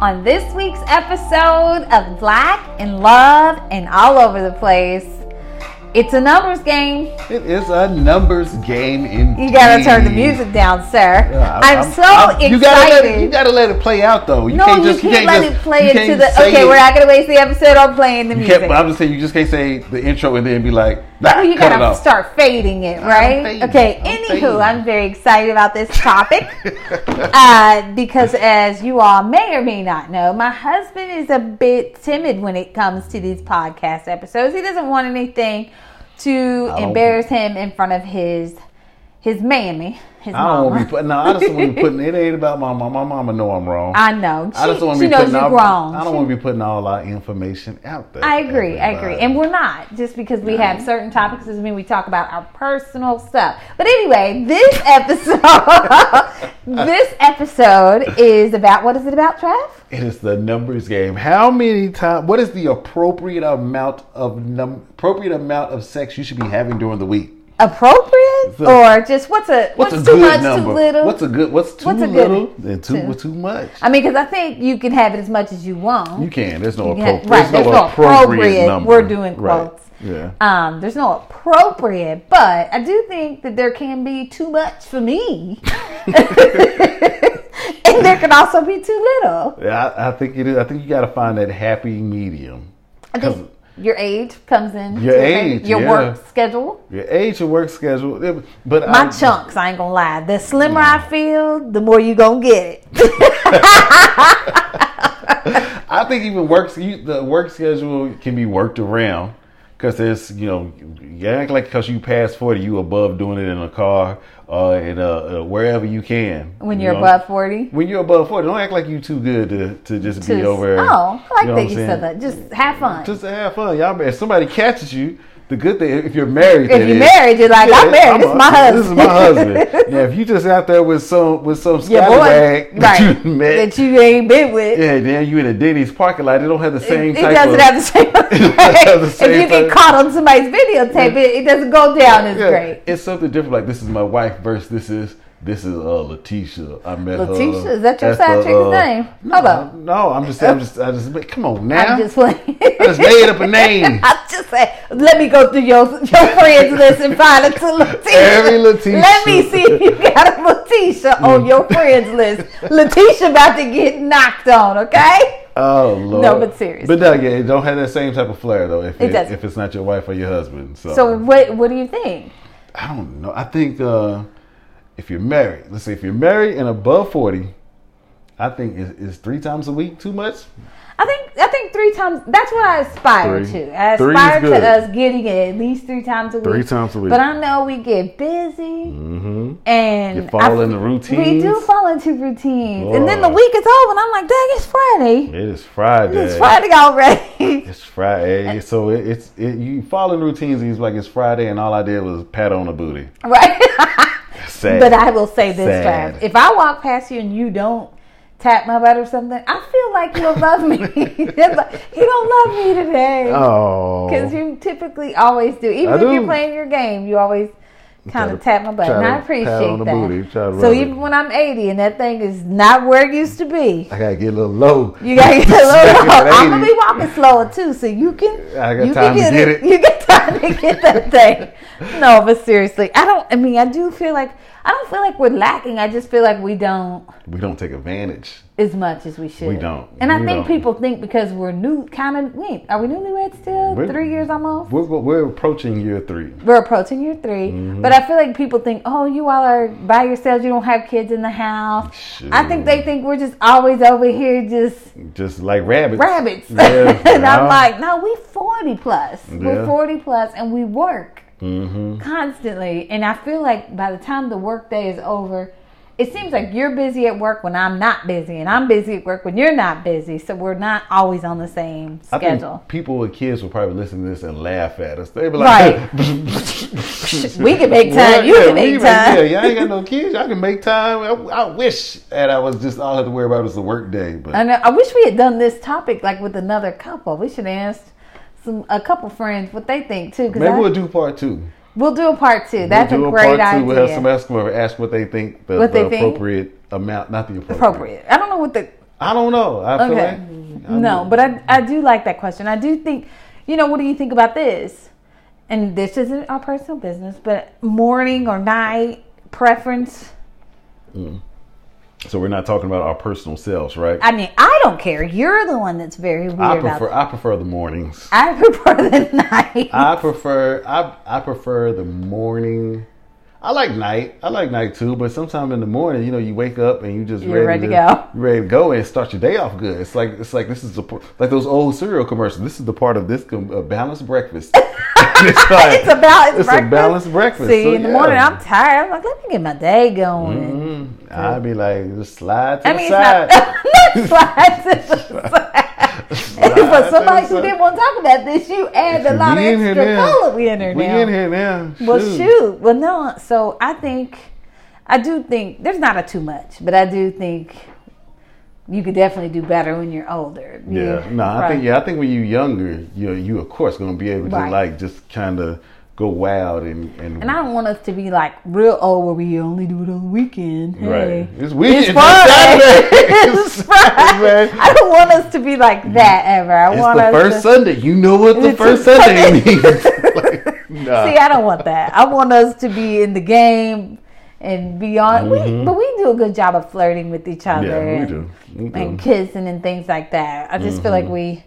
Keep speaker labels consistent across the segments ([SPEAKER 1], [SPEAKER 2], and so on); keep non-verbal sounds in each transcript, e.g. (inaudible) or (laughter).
[SPEAKER 1] on this week's episode of Black and Love and All Over the Place. It's a numbers game.
[SPEAKER 2] It is a numbers game indeed.
[SPEAKER 1] You gotta turn the music down, sir.
[SPEAKER 2] Yeah,
[SPEAKER 1] I'm, so excited.
[SPEAKER 2] You gotta, let it, you gotta let it play out though. You
[SPEAKER 1] no,
[SPEAKER 2] can't
[SPEAKER 1] you
[SPEAKER 2] just,
[SPEAKER 1] can't let
[SPEAKER 2] just-
[SPEAKER 1] it play
[SPEAKER 2] you
[SPEAKER 1] it
[SPEAKER 2] can't
[SPEAKER 1] to the.
[SPEAKER 2] say
[SPEAKER 1] Okay,
[SPEAKER 2] it.
[SPEAKER 1] we're not gonna waste the episode on playing the
[SPEAKER 2] You
[SPEAKER 1] music.
[SPEAKER 2] can't, but I'm just saying you just can't say the intro and then be like, nah,
[SPEAKER 1] you
[SPEAKER 2] cut it
[SPEAKER 1] gotta
[SPEAKER 2] off.
[SPEAKER 1] start fading it, right?
[SPEAKER 2] fading.
[SPEAKER 1] Okay.
[SPEAKER 2] I'm
[SPEAKER 1] Anywho,
[SPEAKER 2] fading.
[SPEAKER 1] I'm very excited about this
[SPEAKER 2] (laughs)
[SPEAKER 1] topic uh, because, as you all may or may not know, my husband is a bit timid when it comes to these podcast episodes. He doesn't want anything to
[SPEAKER 2] I don't-
[SPEAKER 1] embarrass him in front of his his mammy, his
[SPEAKER 2] I don't
[SPEAKER 1] mama.
[SPEAKER 2] want to be putting. No, I just don't want to be putting. It ain't about my mama. My mama know I'm wrong.
[SPEAKER 1] I know. Ah, She,
[SPEAKER 2] I just don't want
[SPEAKER 1] she
[SPEAKER 2] to be
[SPEAKER 1] knows
[SPEAKER 2] putting.
[SPEAKER 1] you're
[SPEAKER 2] all-
[SPEAKER 1] grown.
[SPEAKER 2] I
[SPEAKER 1] She
[SPEAKER 2] don't want to be putting all our information out there.
[SPEAKER 1] I agree. I agree.
[SPEAKER 2] everybody.
[SPEAKER 1] And we're not just because we have certain topics doesn't mean we talk about our personal stuff. But anyway, this (laughs)
[SPEAKER 2] (laughs)
[SPEAKER 1] episode, this episode is about what is it about, Trev?
[SPEAKER 2] It is the numbers game. How many times? What is the appropriate amount of num? Appropriate amount of sex you should be having during the week?
[SPEAKER 1] Appropriate
[SPEAKER 2] So-
[SPEAKER 1] or just what's a what's,
[SPEAKER 2] What's, a
[SPEAKER 1] too
[SPEAKER 2] good
[SPEAKER 1] much,
[SPEAKER 2] number?
[SPEAKER 1] too little?
[SPEAKER 2] What's a good? What's too
[SPEAKER 1] What's a good-
[SPEAKER 2] little and too
[SPEAKER 1] too-
[SPEAKER 2] too, much?
[SPEAKER 1] I mean, because I think you can have it as much as you want.
[SPEAKER 2] You can. There's no
[SPEAKER 1] You can-
[SPEAKER 2] appropriate.
[SPEAKER 1] right,
[SPEAKER 2] There's no appropriate number.
[SPEAKER 1] We're doing
[SPEAKER 2] Right.
[SPEAKER 1] quotes.
[SPEAKER 2] Yeah.
[SPEAKER 1] Um, there's no appropriate, but I do think that there can be too much for
[SPEAKER 2] (laughs)
[SPEAKER 1] me, and there can also be too little.
[SPEAKER 2] Yeah, I, I think it is. I think you got to find that happy medium.
[SPEAKER 1] I think your age comes in.
[SPEAKER 2] Your
[SPEAKER 1] to affect
[SPEAKER 2] age,
[SPEAKER 1] your
[SPEAKER 2] yeah.
[SPEAKER 1] work schedule,
[SPEAKER 2] Your age and work schedule, yeah, but
[SPEAKER 1] my
[SPEAKER 2] I, Mm.
[SPEAKER 1] chunks. I ain't gonna lie. The slimmer I feel, the more you gonna get
[SPEAKER 2] (laughs)
[SPEAKER 1] it.
[SPEAKER 2] I think even work you- the work schedule can be worked around because there's you know you act like because you pass forty, you above doing it in a car or in uh, uh, wherever you can.
[SPEAKER 1] when
[SPEAKER 2] you
[SPEAKER 1] you're
[SPEAKER 2] know?
[SPEAKER 1] above forty.
[SPEAKER 2] When you're above forty, don't act like you too good to, to just be
[SPEAKER 1] Just-
[SPEAKER 2] over.
[SPEAKER 1] oh, I like
[SPEAKER 2] you know what
[SPEAKER 1] that
[SPEAKER 2] I'm
[SPEAKER 1] you
[SPEAKER 2] saying?
[SPEAKER 1] said that. Just have fun.
[SPEAKER 2] Just to have fun, y'all. If somebody catches you, the good thing if you're
[SPEAKER 1] if
[SPEAKER 2] married, that
[SPEAKER 1] you're
[SPEAKER 2] is.
[SPEAKER 1] married, you're like, I'm married. this is my
[SPEAKER 2] a-
[SPEAKER 1] husband.
[SPEAKER 2] This is my husband.
[SPEAKER 1] (laughs)
[SPEAKER 2] yeah, if you just out there with some with some
[SPEAKER 1] Your boy,
[SPEAKER 2] scallywag (laughs) that
[SPEAKER 1] right?
[SPEAKER 2] you met,
[SPEAKER 1] That you ain't been with.
[SPEAKER 2] yeah, then you in a Denny's parking lot. They don't have the same
[SPEAKER 1] it, it
[SPEAKER 2] type
[SPEAKER 1] doesn't
[SPEAKER 2] of.
[SPEAKER 1] have the
[SPEAKER 2] (laughs)
[SPEAKER 1] same.
[SPEAKER 2] doesn't have the
[SPEAKER 1] if
[SPEAKER 2] same
[SPEAKER 1] you get
[SPEAKER 2] type.
[SPEAKER 1] caught on somebody's videotape, it, it doesn't go down as
[SPEAKER 2] Yeah,
[SPEAKER 1] great.
[SPEAKER 2] It's something different. Like this is my wife versus this is this is uh Letitia. I met her.
[SPEAKER 1] Letitia? Is that your
[SPEAKER 2] at
[SPEAKER 1] side
[SPEAKER 2] the, uh,
[SPEAKER 1] chick's name?
[SPEAKER 2] No,
[SPEAKER 1] Hold up.
[SPEAKER 2] no. I'm just. I'm just. I just. Come on now.
[SPEAKER 1] I'm just
[SPEAKER 2] (laughs)
[SPEAKER 1] playing.
[SPEAKER 2] I
[SPEAKER 1] (laughs)
[SPEAKER 2] just made up a name.
[SPEAKER 1] I just say, let me go through your
[SPEAKER 2] (laughs)
[SPEAKER 1] your friends list and find a t- Letitia.
[SPEAKER 2] Every Letitia. Mm.
[SPEAKER 1] Let me see if you got a Letitia on your friends list. Letitia about to get knocked on, okay?
[SPEAKER 2] (laughs) Oh lord.
[SPEAKER 1] No, but seriously.
[SPEAKER 2] But no, yeah, it don't have that same type of flair though. If
[SPEAKER 1] It
[SPEAKER 2] it,
[SPEAKER 1] doesn't.
[SPEAKER 2] if it's not your wife or your husband. So,
[SPEAKER 1] So what what do you think?
[SPEAKER 2] I don't know. I think uh, if you're married, let's say if you're married and above forty, I think is, is three times a week too much.
[SPEAKER 1] I think I think three times. That's what I aspire
[SPEAKER 2] Three.
[SPEAKER 1] to. I
[SPEAKER 2] Three is
[SPEAKER 1] aspire to
[SPEAKER 2] good.
[SPEAKER 1] us getting it at least three times a week.
[SPEAKER 2] Three times a week.
[SPEAKER 1] But I know we get busy,
[SPEAKER 2] Mm-hmm.
[SPEAKER 1] and
[SPEAKER 2] You fall
[SPEAKER 1] I-
[SPEAKER 2] into
[SPEAKER 1] We do
[SPEAKER 2] routines.
[SPEAKER 1] fall into routines, and then the
[SPEAKER 2] Lord.
[SPEAKER 1] week is over, and I'm like, dang, it's Friday.
[SPEAKER 2] It is Friday.
[SPEAKER 1] It's Friday already. (laughs)
[SPEAKER 2] It's Friday, so it, it's it, you fall in routines. And it's like it's Friday, and all I did was pat on the booty.
[SPEAKER 1] right.
[SPEAKER 2] Sad.
[SPEAKER 1] But I will say this,
[SPEAKER 2] Sad.
[SPEAKER 1] Trav. If I walk past you and you don't tap my butt or something, I feel like you'll love me. (laughs) It's like, he don't love me today.
[SPEAKER 2] oh,
[SPEAKER 1] Because you typically always do. Even
[SPEAKER 2] I
[SPEAKER 1] if you're
[SPEAKER 2] do.
[SPEAKER 1] playing your game, you always kind
[SPEAKER 2] Try
[SPEAKER 1] of
[SPEAKER 2] to-
[SPEAKER 1] tap my butt.
[SPEAKER 2] try
[SPEAKER 1] And
[SPEAKER 2] to
[SPEAKER 1] I
[SPEAKER 2] pat
[SPEAKER 1] appreciate
[SPEAKER 2] on the
[SPEAKER 1] that.
[SPEAKER 2] booty, try to
[SPEAKER 1] so
[SPEAKER 2] rub it.
[SPEAKER 1] even when I'm 80 and that thing is not where it used to be,
[SPEAKER 2] I gotta get a little low.
[SPEAKER 1] you gotta
[SPEAKER 2] (laughs)
[SPEAKER 1] get a little.
[SPEAKER 2] Especially at
[SPEAKER 1] I'm gonna
[SPEAKER 2] 80.
[SPEAKER 1] be walking slower too, so you can.
[SPEAKER 2] I got
[SPEAKER 1] you
[SPEAKER 2] time to
[SPEAKER 1] can
[SPEAKER 2] get it.
[SPEAKER 1] (laughs) You got time to get that thing. No, but seriously, I don't. I mean, I do feel like I don't feel like we're lacking. I just feel like we don't
[SPEAKER 2] We don't take advantage.
[SPEAKER 1] as much as we should.
[SPEAKER 2] We don't.
[SPEAKER 1] And I
[SPEAKER 2] We
[SPEAKER 1] think
[SPEAKER 2] don't.
[SPEAKER 1] people think because we're new, kind of. Wait, are we newlyweds still?
[SPEAKER 2] We're-
[SPEAKER 1] Three years almost.
[SPEAKER 2] We're we're approaching year three.
[SPEAKER 1] we're approaching year 3
[SPEAKER 2] Mm-hmm.
[SPEAKER 1] but I feel like people think, oh, you all are by yourselves, you don't have kids in the house. I think they think we're just always over here, just
[SPEAKER 2] just like rabbits.
[SPEAKER 1] rabbits.
[SPEAKER 2] (laughs) Yeah,
[SPEAKER 1] (laughs) and I'm
[SPEAKER 2] yeah.
[SPEAKER 1] like, no, we 40 plus. We're
[SPEAKER 2] Yeah.
[SPEAKER 1] 40 plus and we work
[SPEAKER 2] Mhm.
[SPEAKER 1] constantly. And I feel like by the time the work day is over, it seems like you're busy at work when I'm not busy, and I'm busy at work when you're not busy. So we're not always on the same
[SPEAKER 2] I think
[SPEAKER 1] schedule.
[SPEAKER 2] people with kids will probably listen to this and laugh at us. They'll be like, (laughs)
[SPEAKER 1] (laughs) We can make
[SPEAKER 2] Well,
[SPEAKER 1] time. You
[SPEAKER 2] yeah,
[SPEAKER 1] can
[SPEAKER 2] we
[SPEAKER 1] make time.
[SPEAKER 2] Yeah, y'all ain't got no kids. Y'all can make time. I, I wish that I was just all I had to worry about was the work day. But
[SPEAKER 1] I know. I wish we had done this topic like with another couple. We should ask some a couple friends what they think too. Because
[SPEAKER 2] maybe we'll do part two.
[SPEAKER 1] we'll do a part 2 That's
[SPEAKER 2] we'll do
[SPEAKER 1] a great
[SPEAKER 2] part
[SPEAKER 1] idea.
[SPEAKER 2] We'll have some ask them or ask what they think the,
[SPEAKER 1] What
[SPEAKER 2] the
[SPEAKER 1] they think?
[SPEAKER 2] appropriate amount, not the appropriate.
[SPEAKER 1] appropriate. I don't know what the
[SPEAKER 2] I don't know. I feel
[SPEAKER 1] Okay.
[SPEAKER 2] like I
[SPEAKER 1] No,
[SPEAKER 2] mean,
[SPEAKER 1] but I, I do like that question. I do think, you know, what do you think about this? And this isn't our personal business, but morning or night preference.
[SPEAKER 2] so we're not talking about our personal selves, right?
[SPEAKER 1] I mean, I don't care. You're the one that's very weird
[SPEAKER 2] I
[SPEAKER 1] about
[SPEAKER 2] prefer
[SPEAKER 1] that.
[SPEAKER 2] I prefer the mornings.
[SPEAKER 1] I prefer the (laughs) night.
[SPEAKER 2] I prefer I I prefer the morning. I like night. I like night too, but sometime in the morning, you know, you wake up and you just
[SPEAKER 1] You're ready to go.
[SPEAKER 2] you ready to go and start your day off good. It's like it's like this is the p- like those old cereal commercials. This is the part of this com- uh,
[SPEAKER 1] (laughs)
[SPEAKER 2] balanced breakfast. it's, like-
[SPEAKER 1] it's about it's,
[SPEAKER 2] it's
[SPEAKER 1] breakfast.
[SPEAKER 2] a balanced breakfast.
[SPEAKER 1] See,
[SPEAKER 2] So,
[SPEAKER 1] in the
[SPEAKER 2] yeah.
[SPEAKER 1] morning, I'm tired. I'm like, let me get my day going.
[SPEAKER 2] Mm, I'd be like, just slide to
[SPEAKER 1] I
[SPEAKER 2] the
[SPEAKER 1] mean, it's
[SPEAKER 2] side.
[SPEAKER 1] not, (laughs) not slide to
[SPEAKER 2] (laughs)
[SPEAKER 1] the side.
[SPEAKER 2] to
[SPEAKER 1] For somebody
[SPEAKER 2] the
[SPEAKER 1] who
[SPEAKER 2] side.
[SPEAKER 1] didn't want to talk about this, you add a lot of
[SPEAKER 2] We in here
[SPEAKER 1] extra
[SPEAKER 2] now.
[SPEAKER 1] color. We in here
[SPEAKER 2] we
[SPEAKER 1] now.
[SPEAKER 2] in here now.
[SPEAKER 1] Well, shoot. Well, no. So I think, I do think there's not a too much, but I do think you could definitely do better when you're older.
[SPEAKER 2] Yeah, no, I
[SPEAKER 1] Right.
[SPEAKER 2] think yeah, I think when you're younger, you you of course gonna be able to
[SPEAKER 1] Right.
[SPEAKER 2] like just kind of go wild and and,
[SPEAKER 1] And I don't want us to be like real old where we only do it on the weekend.
[SPEAKER 2] right.
[SPEAKER 1] Hey.
[SPEAKER 2] (laughs) It's weekend.
[SPEAKER 1] Friday. (laughs)
[SPEAKER 2] (laughs) It's Saturday. It's
[SPEAKER 1] Right.
[SPEAKER 2] Saturday.
[SPEAKER 1] I don't want us to be like that ever. I
[SPEAKER 2] It's
[SPEAKER 1] want
[SPEAKER 2] the
[SPEAKER 1] us
[SPEAKER 2] first
[SPEAKER 1] to,
[SPEAKER 2] Sunday. You know what the
[SPEAKER 1] It's
[SPEAKER 2] first
[SPEAKER 1] a-
[SPEAKER 2] Sunday means. (laughs)
[SPEAKER 1] (laughs)
[SPEAKER 2] Like, nah.
[SPEAKER 1] See, I don't want that. I want us to be in the game and beyond. We, but we do a good job of flirting with each other.
[SPEAKER 2] Mm-hmm. yeah, we
[SPEAKER 1] and,
[SPEAKER 2] do. We do. Mm-hmm.
[SPEAKER 1] and kissing and things like that. I just feel like we,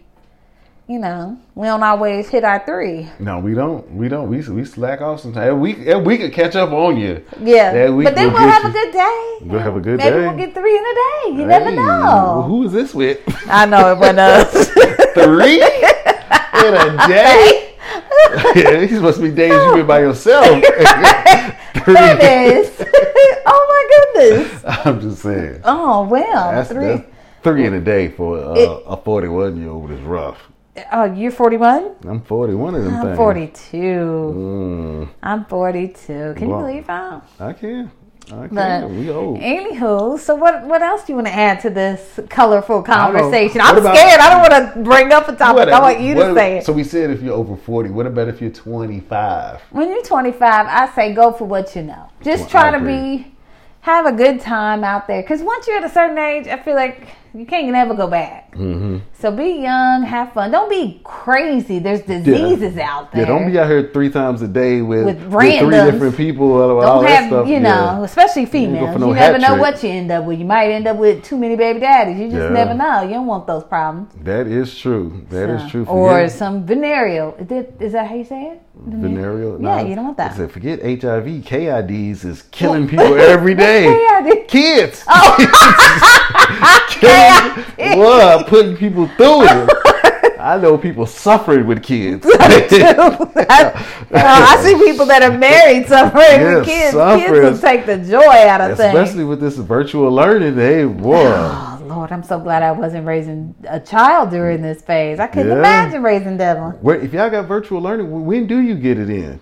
[SPEAKER 1] you know, we don't always hit our three.
[SPEAKER 2] No, we don't. We don't. We we slack off sometimes. And we and we could catch up on you.
[SPEAKER 1] Yeah,
[SPEAKER 2] That week
[SPEAKER 1] but then
[SPEAKER 2] we'll
[SPEAKER 1] we'll
[SPEAKER 2] get
[SPEAKER 1] have a
[SPEAKER 2] you-
[SPEAKER 1] good day.
[SPEAKER 2] We'll have a good
[SPEAKER 1] Maybe
[SPEAKER 2] day.
[SPEAKER 1] we'll get three in a day. You never
[SPEAKER 2] Hey,
[SPEAKER 1] know.
[SPEAKER 2] Who is this with?
[SPEAKER 1] I know it wasn't
[SPEAKER 2] (laughs)
[SPEAKER 1] us. (laughs)
[SPEAKER 2] Three in a day. yeah, (laughs) these must be days you've been by
[SPEAKER 1] (laughs)
[SPEAKER 2] yourself.
[SPEAKER 1] Goodness. (laughs) oh my goodness.
[SPEAKER 2] (laughs) I'm just saying.
[SPEAKER 1] Oh well,
[SPEAKER 2] That's
[SPEAKER 1] three.
[SPEAKER 2] that's- three in a day for uh,
[SPEAKER 1] It-
[SPEAKER 2] a 41 year old is rough.
[SPEAKER 1] Oh, you're 41.
[SPEAKER 2] I'm 41 of them
[SPEAKER 1] I'm
[SPEAKER 2] things.
[SPEAKER 1] 42.
[SPEAKER 2] Mm,
[SPEAKER 1] I'm 42. Can
[SPEAKER 2] Wow.
[SPEAKER 1] you believe I'm?
[SPEAKER 2] I can. I can.
[SPEAKER 1] But-
[SPEAKER 2] we old.
[SPEAKER 1] Anywho, so what what else do you want to add to this colorful
[SPEAKER 2] don't know.
[SPEAKER 1] conversation?
[SPEAKER 2] What
[SPEAKER 1] I'm
[SPEAKER 2] about-
[SPEAKER 1] scared. I don't want to bring up a topic. I want you to
[SPEAKER 2] what-
[SPEAKER 1] say it.
[SPEAKER 2] So we said if you're over 40, what about if you're 25?
[SPEAKER 1] when you're 25, I say go for what you know. Just
[SPEAKER 2] Well,
[SPEAKER 1] try
[SPEAKER 2] I
[SPEAKER 1] to
[SPEAKER 2] agree.
[SPEAKER 1] be have a good time out there because once you're at a certain age, I feel like you can't never go back.
[SPEAKER 2] Mm-hmm.
[SPEAKER 1] So be young, have fun. Don't be crazy. There's diseases out there.
[SPEAKER 2] Yeah, don't be out here three times a day with,
[SPEAKER 1] With randoms.
[SPEAKER 2] three different people. All, all
[SPEAKER 1] Don't
[SPEAKER 2] that
[SPEAKER 1] have
[SPEAKER 2] stuff.
[SPEAKER 1] you know, especially females. You,
[SPEAKER 2] no
[SPEAKER 1] never
[SPEAKER 2] hat
[SPEAKER 1] know
[SPEAKER 2] trick.
[SPEAKER 1] what you end up with. You might end up with too many baby daddies. You just
[SPEAKER 2] Yeah.
[SPEAKER 1] never know. You don't want those problems.
[SPEAKER 2] Yeah. That is true. That is
[SPEAKER 1] So-
[SPEAKER 2] true.
[SPEAKER 1] Or
[SPEAKER 2] Forget
[SPEAKER 1] some venereal. Is that, is that how you say it?
[SPEAKER 2] venereal.
[SPEAKER 1] Yeah,
[SPEAKER 2] nah,
[SPEAKER 1] you don't want that.
[SPEAKER 2] I said, forget HIV. KIDs
[SPEAKER 1] (laughs)
[SPEAKER 2] is killing people every day.
[SPEAKER 1] KID?
[SPEAKER 2] Kids.
[SPEAKER 1] Oh.
[SPEAKER 2] (laughs)
[SPEAKER 1] Yeah.
[SPEAKER 2] Well, putting people through it. I know people suffering with kids.
[SPEAKER 1] (laughs)
[SPEAKER 2] yes,
[SPEAKER 1] I, oh, I see people that are married suffering
[SPEAKER 2] Yes,
[SPEAKER 1] with kids. Kids
[SPEAKER 2] suffers.
[SPEAKER 1] will take the joy out of things.
[SPEAKER 2] (laughs) Especially with this virtual learning, hey boy.
[SPEAKER 1] Oh Lord, I'm so glad I wasn't raising a child during this phase. I couldn't
[SPEAKER 2] Yeah.
[SPEAKER 1] imagine raising Devlin.
[SPEAKER 2] Where, if y'all got virtual learning, wh- when do you get it in?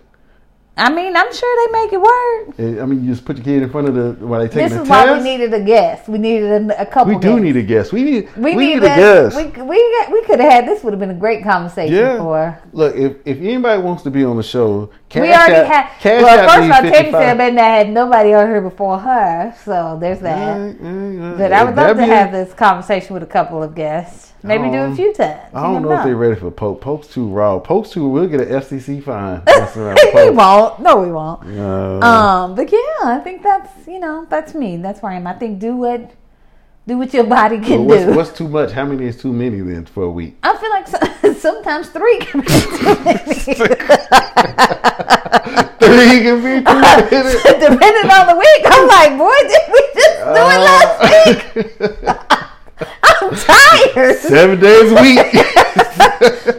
[SPEAKER 1] I mean, I'm sure they make it work.
[SPEAKER 2] Eh, I mean, you just put your kid in front of the while they take
[SPEAKER 1] This
[SPEAKER 2] the
[SPEAKER 1] is
[SPEAKER 2] test.
[SPEAKER 1] why we needed a guest. We needed a, a couple.
[SPEAKER 2] We do
[SPEAKER 1] guests.
[SPEAKER 2] need a guest. We need
[SPEAKER 1] We, need,
[SPEAKER 2] need
[SPEAKER 1] a,
[SPEAKER 2] a guest.
[SPEAKER 1] We we got- we could have had this. Would have been a great conversation
[SPEAKER 2] Yeah.
[SPEAKER 1] for.
[SPEAKER 2] Look, if, if anybody wants to be on the show, cash
[SPEAKER 1] we already
[SPEAKER 2] App-
[SPEAKER 1] had.
[SPEAKER 2] Cash
[SPEAKER 1] well,
[SPEAKER 2] App
[SPEAKER 1] first
[SPEAKER 2] me
[SPEAKER 1] of all, Tammy
[SPEAKER 2] 55.
[SPEAKER 1] said that I had nobody on here before her, so there's that.
[SPEAKER 2] Eh, eh, eh,
[SPEAKER 1] But I would love
[SPEAKER 2] that'd
[SPEAKER 1] to
[SPEAKER 2] be a-
[SPEAKER 1] have this conversation with a couple of guests. Maybe do a
[SPEAKER 2] Um,
[SPEAKER 1] few times.
[SPEAKER 2] I don't
[SPEAKER 1] You
[SPEAKER 2] know if they're ready for Pope. Pope's too raw. Pope's too. We'll get an FCC
[SPEAKER 1] (laughs)
[SPEAKER 2] fine. messing around with
[SPEAKER 1] we
[SPEAKER 2] Pope.
[SPEAKER 1] won't. No, we won't.
[SPEAKER 2] Uh,
[SPEAKER 1] Um, but yeah, I think that's you know that's me. That's where I am. I think do what do what your body
[SPEAKER 2] but
[SPEAKER 1] can
[SPEAKER 2] what's,
[SPEAKER 1] do.
[SPEAKER 2] what's too much? How many is too many then for a week? (laughs)
[SPEAKER 1] I feel like so, (laughs) sometimes three can be too many. (laughs)
[SPEAKER 2] Three can be
[SPEAKER 1] (laughs)
[SPEAKER 2] too many.
[SPEAKER 1] Depending on the week, I'm like, boy, did we just do it last
[SPEAKER 2] Uh.
[SPEAKER 1] week? I'm tired.
[SPEAKER 2] (laughs) Seven days a
[SPEAKER 1] (laughs)
[SPEAKER 2] week.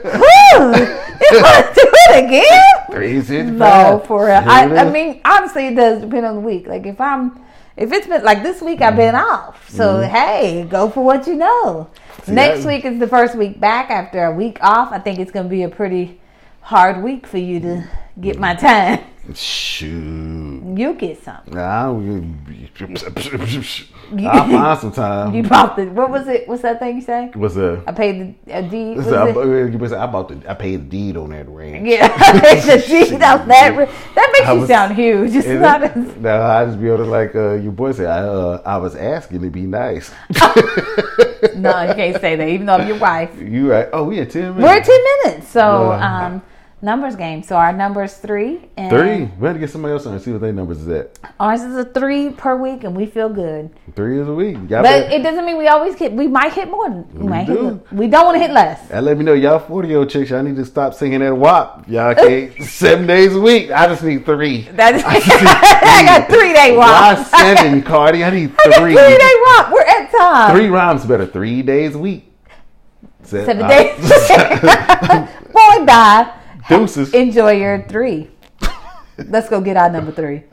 [SPEAKER 1] Whew. You want to do it again?
[SPEAKER 2] Three, six,
[SPEAKER 1] No,
[SPEAKER 2] five.
[SPEAKER 1] for real. I,
[SPEAKER 2] Seven
[SPEAKER 1] I
[SPEAKER 2] days.
[SPEAKER 1] mean, honestly, it does depend on the week. Like if I'm, if it's been like this week, I've been
[SPEAKER 2] Mm-hmm.
[SPEAKER 1] off. So hey, go for what you know. Next
[SPEAKER 2] that-
[SPEAKER 1] week is the first week back after a week off. I think it's gonna be a pretty hard week for you to get my time. (laughs)
[SPEAKER 2] shoot.
[SPEAKER 1] You'll get something.
[SPEAKER 2] Nah, I'll find some time.
[SPEAKER 1] You bought the what was it? What's that thing you say?
[SPEAKER 2] What's that?
[SPEAKER 1] I paid the a deed.
[SPEAKER 2] It's
[SPEAKER 1] what
[SPEAKER 2] a-
[SPEAKER 1] is it?
[SPEAKER 2] you basically- I bought the. I paid the deed on that ring.
[SPEAKER 1] Yeah, (laughs) it's a
[SPEAKER 2] (laughs)
[SPEAKER 1] deed on that. ri- That makes
[SPEAKER 2] I
[SPEAKER 1] you
[SPEAKER 2] was-
[SPEAKER 1] sound huge. It's
[SPEAKER 2] And
[SPEAKER 1] not
[SPEAKER 2] it-
[SPEAKER 1] as
[SPEAKER 2] no, I just be able to like uh, your boy said. I uh, I was asking to be nice.
[SPEAKER 1] no. You can't say that, even though I'm your wife.
[SPEAKER 2] you right? Oh, we had ten minutes.
[SPEAKER 1] We're at ten minutes, so
[SPEAKER 2] Yeah.
[SPEAKER 1] um, numbers game. So our numbers three and
[SPEAKER 2] Three. We had to get somebody else on and see what their numbers is at.
[SPEAKER 1] Ours is a three per week, and we feel good.
[SPEAKER 2] Three is a week.
[SPEAKER 1] But
[SPEAKER 2] Y'all better-
[SPEAKER 1] it doesn't mean we always hit. We might hit more. than- We,
[SPEAKER 2] We
[SPEAKER 1] might
[SPEAKER 2] do.
[SPEAKER 1] Hit, we don't want to hit less.
[SPEAKER 2] And let me know, y'all 40 year old chicks, y'all need to stop singing that WAP.
[SPEAKER 1] (laughs)
[SPEAKER 2] Y'all can't. seven days a week. I just need three.
[SPEAKER 1] That's (laughs) I got three day
[SPEAKER 2] Why
[SPEAKER 1] walk. (laughs)
[SPEAKER 2] seven, Cardi? I need
[SPEAKER 1] Three
[SPEAKER 2] three.
[SPEAKER 1] day walk. We're at time.
[SPEAKER 2] Three rhymes better. Three days a week. Se-
[SPEAKER 1] Seven
[SPEAKER 2] uh,
[SPEAKER 1] days. Boy, bye.
[SPEAKER 2] (laughs) Deuces.
[SPEAKER 1] Enjoy your three. Let's go get our number three.